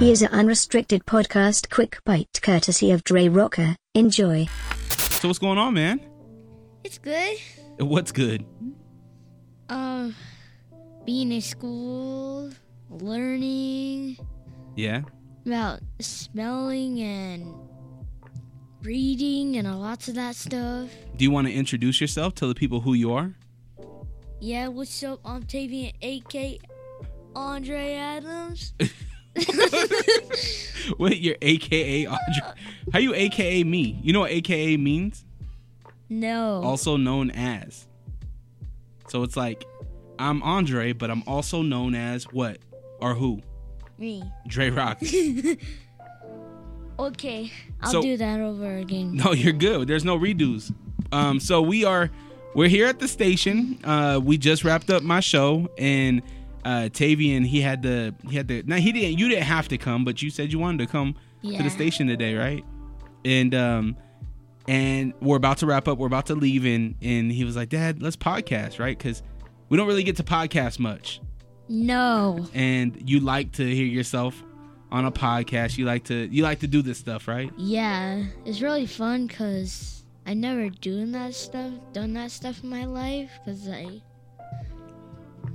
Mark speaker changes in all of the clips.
Speaker 1: is an unrestricted podcast quick bite courtesy of Dre Rocker. Enjoy.
Speaker 2: So what's going on, man?
Speaker 3: It's good.
Speaker 2: What's good?
Speaker 3: Um, being in school, learning
Speaker 2: Yeah.
Speaker 3: about smelling and reading and lots of that stuff.
Speaker 2: Do you want to introduce yourself? Tell the people who you are.
Speaker 3: Yeah, what's up? I'm Tavian, A.K. Andre Adams.
Speaker 2: Wait, you're AKA Audrey. How you AKA me? You know what AKA means?
Speaker 3: No.
Speaker 2: Also known as. So it's like, I'm Andre, but I'm also known as what or who?
Speaker 3: Me.
Speaker 2: Dre Rock.
Speaker 3: Okay, I'll
Speaker 2: So-
Speaker 3: do that over again.
Speaker 2: No, you're good. There's no redos. Um, so we are we're here at the station. Uh, we just wrapped up my show, and uh, Tavian he had the he had the now he didn't you didn't have to come, but you said you wanted to come to
Speaker 3: Yeah.
Speaker 2: the station today, right? And um, and we're about to wrap up. We're about to leave, and and he was like, Dad, let's podcast, right? Because we don't really get to podcast much,
Speaker 3: No.
Speaker 2: and you like to hear yourself on a podcast. You like to you like to do this stuff, right?
Speaker 3: Yeah, it's really fun because I never doing that stuff, done that stuff in my life because I,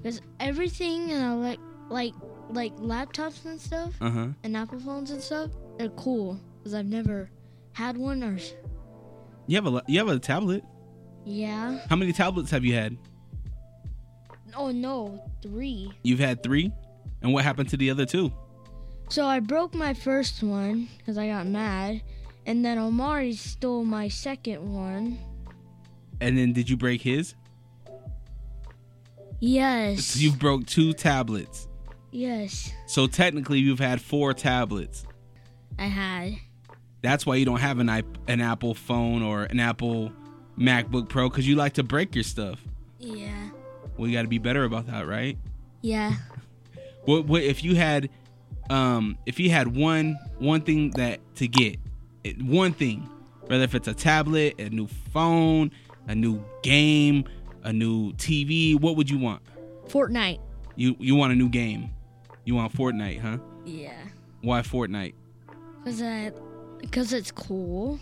Speaker 3: because everything uh, like like like laptops and stuff
Speaker 2: Uh huh.
Speaker 3: and Apple phones and stuff, they're cool because I've never had one or s-
Speaker 2: You have a you have a tablet.
Speaker 3: yeah.
Speaker 2: How many tablets have you had?
Speaker 3: Oh no, three.
Speaker 2: You've had three, and what happened to the other two?
Speaker 3: So I broke my first one because I got mad, and then Omari stole my second one.
Speaker 2: And then did you break his?
Speaker 3: Yes.
Speaker 2: So you broke two tablets.
Speaker 3: yes,
Speaker 2: So technically, you've had four tablets.
Speaker 3: I had.
Speaker 2: That's why you don't have an i an Apple phone or an Apple MacBook Pro because you like to break your stuff.
Speaker 3: Yeah.
Speaker 2: Well, you got to be better about that, right?
Speaker 3: Yeah.
Speaker 2: What what if you had, um, if you had one one thing that to get, it, one thing, whether if it's a tablet, a new phone, a new game, a new TV, what would you want?
Speaker 3: Fortnite.
Speaker 2: You you want a new game? You want Fortnite, huh?
Speaker 3: Yeah.
Speaker 2: Why Fortnite?
Speaker 3: Cause I, cause it's cool.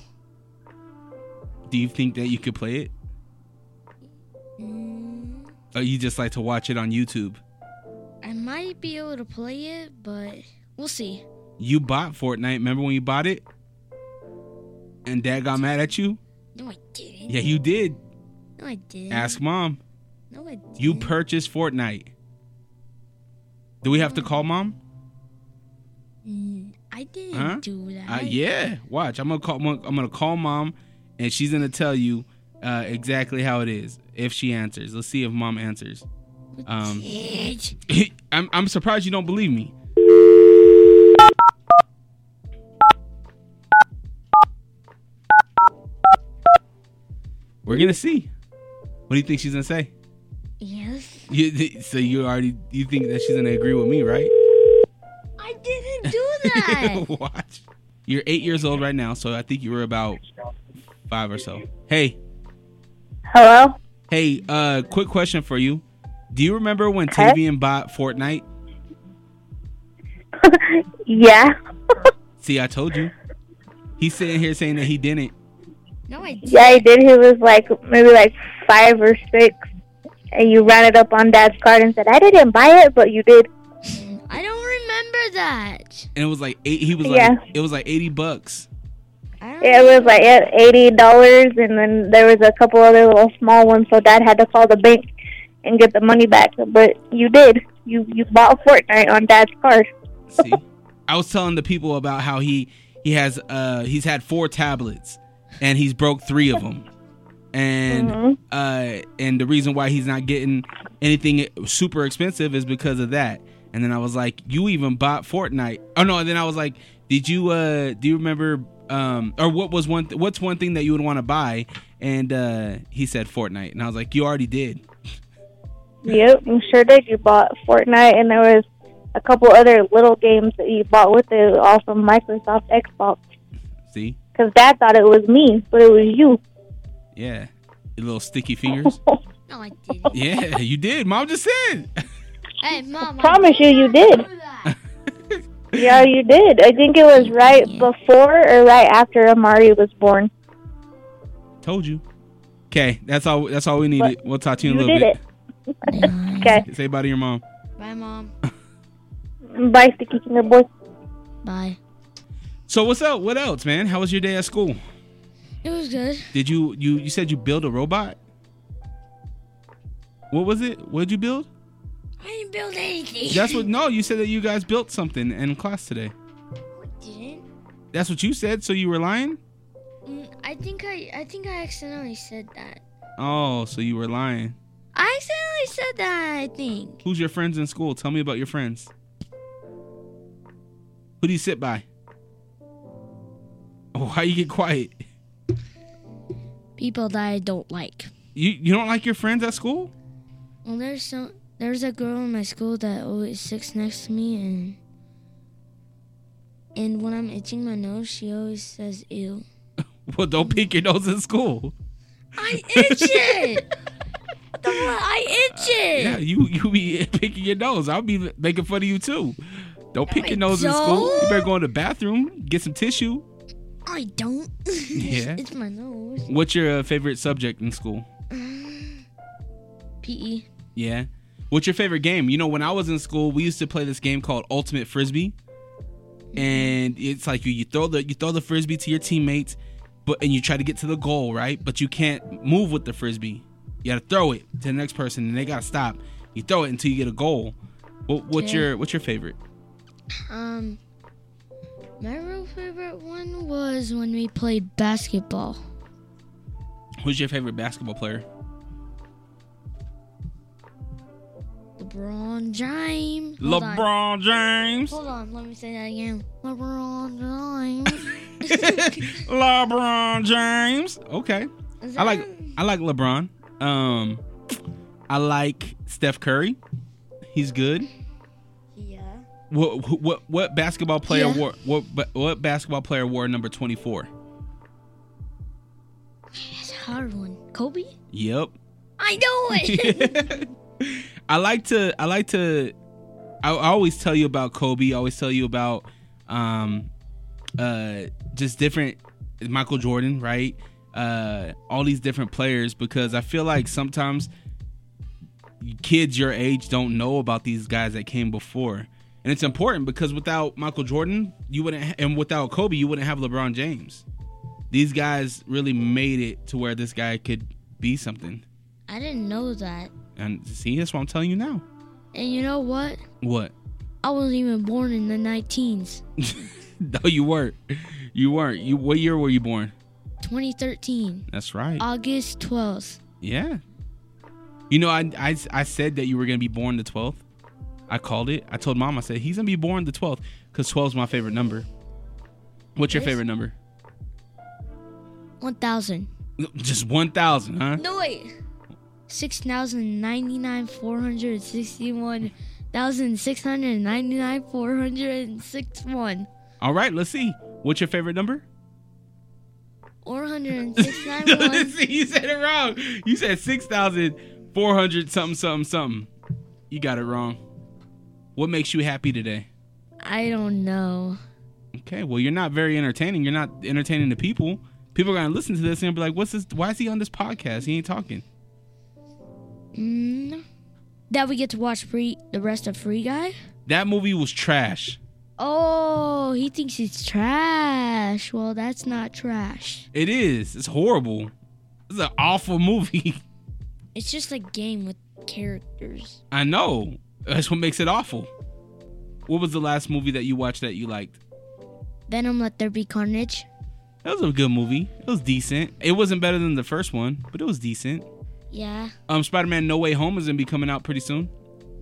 Speaker 2: Do you think that you could play it?
Speaker 3: Mm,
Speaker 2: Or you just like to watch it on YouTube?
Speaker 3: I might be able to play it, but we'll see.
Speaker 2: You bought Fortnite. Remember when you bought it? And Dad got mad at you?
Speaker 3: No, I didn't.
Speaker 2: Yeah, you did.
Speaker 3: No, I didn't.
Speaker 2: Ask mom.
Speaker 3: No, I didn't.
Speaker 2: You purchased Fortnite. Do we have to call mom?
Speaker 3: Mm, I didn't
Speaker 2: Huh?
Speaker 3: do that.
Speaker 2: Uh, yeah. Watch. I'm gonna call. I'm gonna call mom, and she's gonna tell you uh, exactly how it is if she answers. Let's see if mom answers. Um,
Speaker 3: Bitch.
Speaker 2: I'm, I'm surprised you don't believe me. We're gonna see. What do you think she's gonna say?
Speaker 3: Yes.
Speaker 2: You, th- so you already you think that she's gonna agree with me, right?
Speaker 3: I didn't do that.
Speaker 2: Watch. You're eight years old right now, so I think you were about five or so. Hey,
Speaker 4: Hello?
Speaker 2: hey. Uh, quick question for you. Do you remember when Tavian bought Fortnite?
Speaker 4: yeah.
Speaker 2: See, I told you. He's sitting here saying that he didn't.
Speaker 3: no, I didn't.
Speaker 4: Yeah, I did. He was like maybe like five or six. And you ran it up on dad's card and said, I didn't buy it, but you did.
Speaker 3: I don't remember that.
Speaker 2: and it was like eight. He was
Speaker 4: Yeah.
Speaker 2: like, it was like eighty bucks.
Speaker 3: I don't
Speaker 4: It was like yeah, $80. And then there was a couple other little small ones. So dad had to call the bank and get the money back. But you did. You you bought Fortnite on dad's card.
Speaker 2: See, I was telling the people about how he he has uh he's had four tablets and he's broke three of them, and
Speaker 4: Mhm.
Speaker 2: uh and the reason why he's not getting anything super expensive is because of that. And then I was like, you even bought Fortnite? Oh no! And then I was like, did you uh do you remember um or what was one th- what's one thing that you would want to buy? And uh he said Fortnite, and I was like, you already did.
Speaker 4: Yep, you sure did. You bought Fortnite, and there was a couple other little games that you bought with it, all from Microsoft Xbox.
Speaker 2: See,
Speaker 4: Because dad thought it was me, but it was you.
Speaker 2: yeah, your little sticky fingers.
Speaker 3: No, I didn't.
Speaker 2: Yeah, you did. Mom just said.
Speaker 3: hey, mom.
Speaker 4: Promise
Speaker 3: did
Speaker 4: you, you
Speaker 3: not
Speaker 4: did.
Speaker 3: do that.
Speaker 4: Yeah, you did. I think it was right
Speaker 3: Yeah.
Speaker 4: before or right after Amari was born.
Speaker 2: Told you. Okay, that's all. That's all we needed. We'll talk to you in a
Speaker 4: You
Speaker 2: little
Speaker 4: did
Speaker 2: bit.
Speaker 3: okay.
Speaker 4: Okay.
Speaker 2: Say bye to your mom.
Speaker 3: Bye, mom.
Speaker 4: Bye, Sticky Kinder Boy.
Speaker 3: Bye.
Speaker 2: So what's up? What else, man? How was your day at school?
Speaker 3: It was good.
Speaker 2: Did you you you said you built a robot? What was it? What did you build?
Speaker 3: I didn't build anything.
Speaker 2: That's what. No, you said that you guys built something in class today.
Speaker 3: Didn't.
Speaker 2: That's what you said. So you were lying.
Speaker 3: Mm, I think I. I think I accidentally said that.
Speaker 2: Oh, so you were lying.
Speaker 3: I accidentally said that. I think.
Speaker 2: Who's your friends in school? Tell me about your friends. Who do you sit by? Oh, why you get quiet?
Speaker 3: People that I don't like.
Speaker 2: You you don't like your friends at school?
Speaker 3: Well, there's some. There's a girl in my school that always sits next to me, and and when I'm itching my nose, she always says "ew."
Speaker 2: Well, don't pick your nose in school.
Speaker 3: I itch it. the one, I itch it.
Speaker 2: Uh, Yeah, you you be picking your nose. I'll be making fun of you too. Don't pick your nose in school. You better go in the bathroom, get some tissue.
Speaker 3: I don't.
Speaker 2: Yeah.
Speaker 3: it's my nose.
Speaker 2: What's your uh, favorite subject in school?
Speaker 3: PE.
Speaker 2: Yeah. What's your favorite game? You know, when I was in school, we used to play this game called Ultimate Frisbee. And it's like you, you throw the you throw the frisbee to your teammates, but and you try to get to the goal, right? But you can't move with the frisbee. You gotta throw it to the next person and they gotta stop. You throw it until you get a goal. What, what's
Speaker 3: Yeah.
Speaker 2: your what's your favorite?
Speaker 3: Um, my real favorite one was when we played basketball.
Speaker 2: Who's your favorite basketball player?
Speaker 3: LeBron James. Hold on.
Speaker 2: LeBron James.
Speaker 3: Hold on, let me say that again. LeBron James.
Speaker 2: LeBron James. Okay.
Speaker 3: Is
Speaker 2: I
Speaker 3: that
Speaker 2: like
Speaker 3: him?
Speaker 2: I like LeBron. Um I like Steph Curry. He's good.
Speaker 3: Yeah.
Speaker 2: What wh- what what basketball player
Speaker 3: Yeah.
Speaker 2: wore what ba- what basketball player wore number 24?
Speaker 3: That's a hard one. Kobe?
Speaker 2: Yep.
Speaker 3: I know it.
Speaker 2: I like to I like to I, I always tell you about Kobe, I always tell you about um uh just different Michael Jordan, right? Uh all these different players because I feel like sometimes kids your age don't know about these guys that came before. And it's important because without Michael Jordan, you wouldn't ha- and without Kobe, you wouldn't have LeBron James. These guys really made it to where this guy could be something.
Speaker 3: I didn't know that.
Speaker 2: And see, that's what I'm telling you now.
Speaker 3: And you know what?
Speaker 2: What?
Speaker 3: I wasn't even born in the 19s.
Speaker 2: No, you weren't. You weren't. You what year were you born?
Speaker 3: 2013,
Speaker 2: That's right.
Speaker 3: Uh, August 12th.
Speaker 2: yeah. You know, I, I I said that you were gonna be born the 12th. I called it. I told mom. I said he's gonna be born the 12th because 12 is my favorite number. What's your
Speaker 3: Yes.
Speaker 2: favorite number?
Speaker 3: 1,000.
Speaker 2: Just 1,000, huh?
Speaker 3: No, wait. 6,099, 461, 1,699, 461.
Speaker 2: All right, let's see. What's your favorite number?
Speaker 3: 40691.
Speaker 2: See, you said it wrong. You said 6,400 something something something. You got it wrong. What makes you happy today?
Speaker 3: I don't know.
Speaker 2: Okay, well, you're not very entertaining. You're not entertaining the people. People are gonna listen to this and be like, "What's this? Why is he on this podcast? He ain't talking."
Speaker 3: Mm. That we get to watch free the rest of Free Guy.
Speaker 2: That movie was trash.
Speaker 3: Oh, he thinks he's trash. Well, that's not trash.
Speaker 2: It is. It's horrible. It's an awful movie.
Speaker 3: It's just a game with characters.
Speaker 2: I know. That's what makes it awful. What was the last movie that you watched that you liked?
Speaker 3: Venom, let there be carnage.
Speaker 2: That was a good movie. It was decent. It wasn't better than the first one, but it was decent.
Speaker 3: Yeah.
Speaker 2: Um, Spider-Man: No Way Home is gonna be coming out pretty soon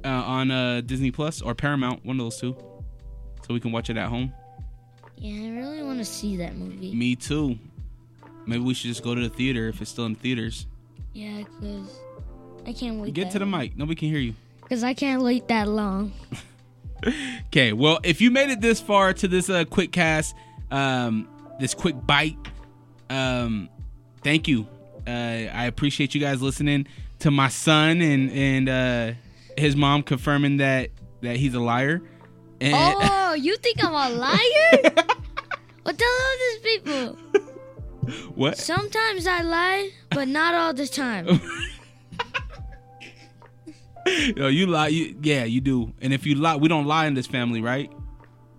Speaker 2: uh, on uh, Disney Plus or Paramount, one of those two, so we can watch it at home.
Speaker 3: Yeah, I really want to see that movie.
Speaker 2: Me too. Maybe we should just go to the theater if it's still in theaters.
Speaker 3: Yeah, because I can't wait.
Speaker 2: Get to the mic. Nobody can hear you.
Speaker 3: Because I can't wait that long.
Speaker 2: Okay, well, if you made it this far to this uh, quick cast, um, this quick bite, um, thank you. Uh, I appreciate you guys listening to my son and and uh, his mom confirming that that he's a liar. And
Speaker 3: Oh, you think I'm a liar? what the hell are these people?
Speaker 2: what?
Speaker 3: Sometimes I lie, but not all the time.
Speaker 2: Yo, you lie. You, yeah, you do. And if you lie, we don't lie in this family, right?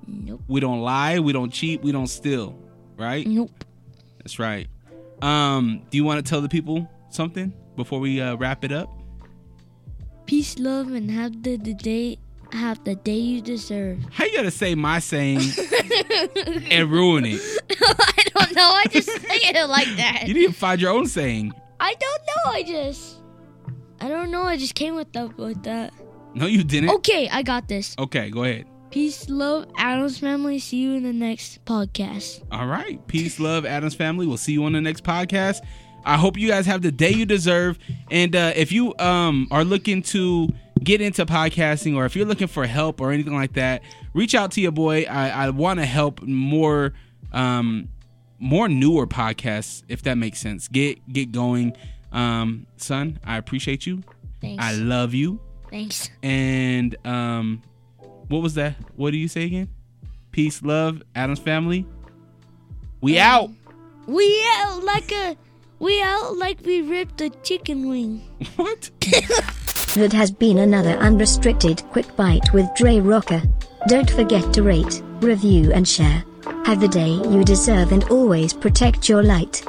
Speaker 3: Nope.
Speaker 2: We don't lie. We don't cheat. We don't steal, right?
Speaker 3: Nope.
Speaker 2: That's right. Um, do you want to tell the people something before we uh, wrap it up?
Speaker 3: Peace, love, and have the, the day have the day you deserve.
Speaker 2: How you gonna say my saying and ruin it?
Speaker 3: I don't know. I just say it like that.
Speaker 2: You didn't find your own saying.
Speaker 3: I don't know. I just. I don't know. I just came with up with that.
Speaker 2: No, you didn't.
Speaker 3: Okay, I got this.
Speaker 2: Okay, go ahead.
Speaker 3: Peace, love, Adams family. See you in the next podcast.
Speaker 2: All right. Peace, love, Adams family. We'll see you on the next podcast. I hope you guys have the day you deserve. And uh, if you um, are looking to get into podcasting or if you're looking for help or anything like that, reach out to your boy. I, I want to help more um, more newer podcasts, if that makes sense. Get get going. Um, son, I appreciate you.
Speaker 3: Thanks.
Speaker 2: I love you.
Speaker 3: Thanks.
Speaker 2: And um, what was that? What do you say again? Peace, love, Adams family. We out.
Speaker 3: We out like a. We out like we ripped a chicken wing.
Speaker 2: What?
Speaker 1: That has been another unrestricted quick bite with Dre Rocker. Don't forget to rate, review, and share. Have the day you deserve and always protect your light.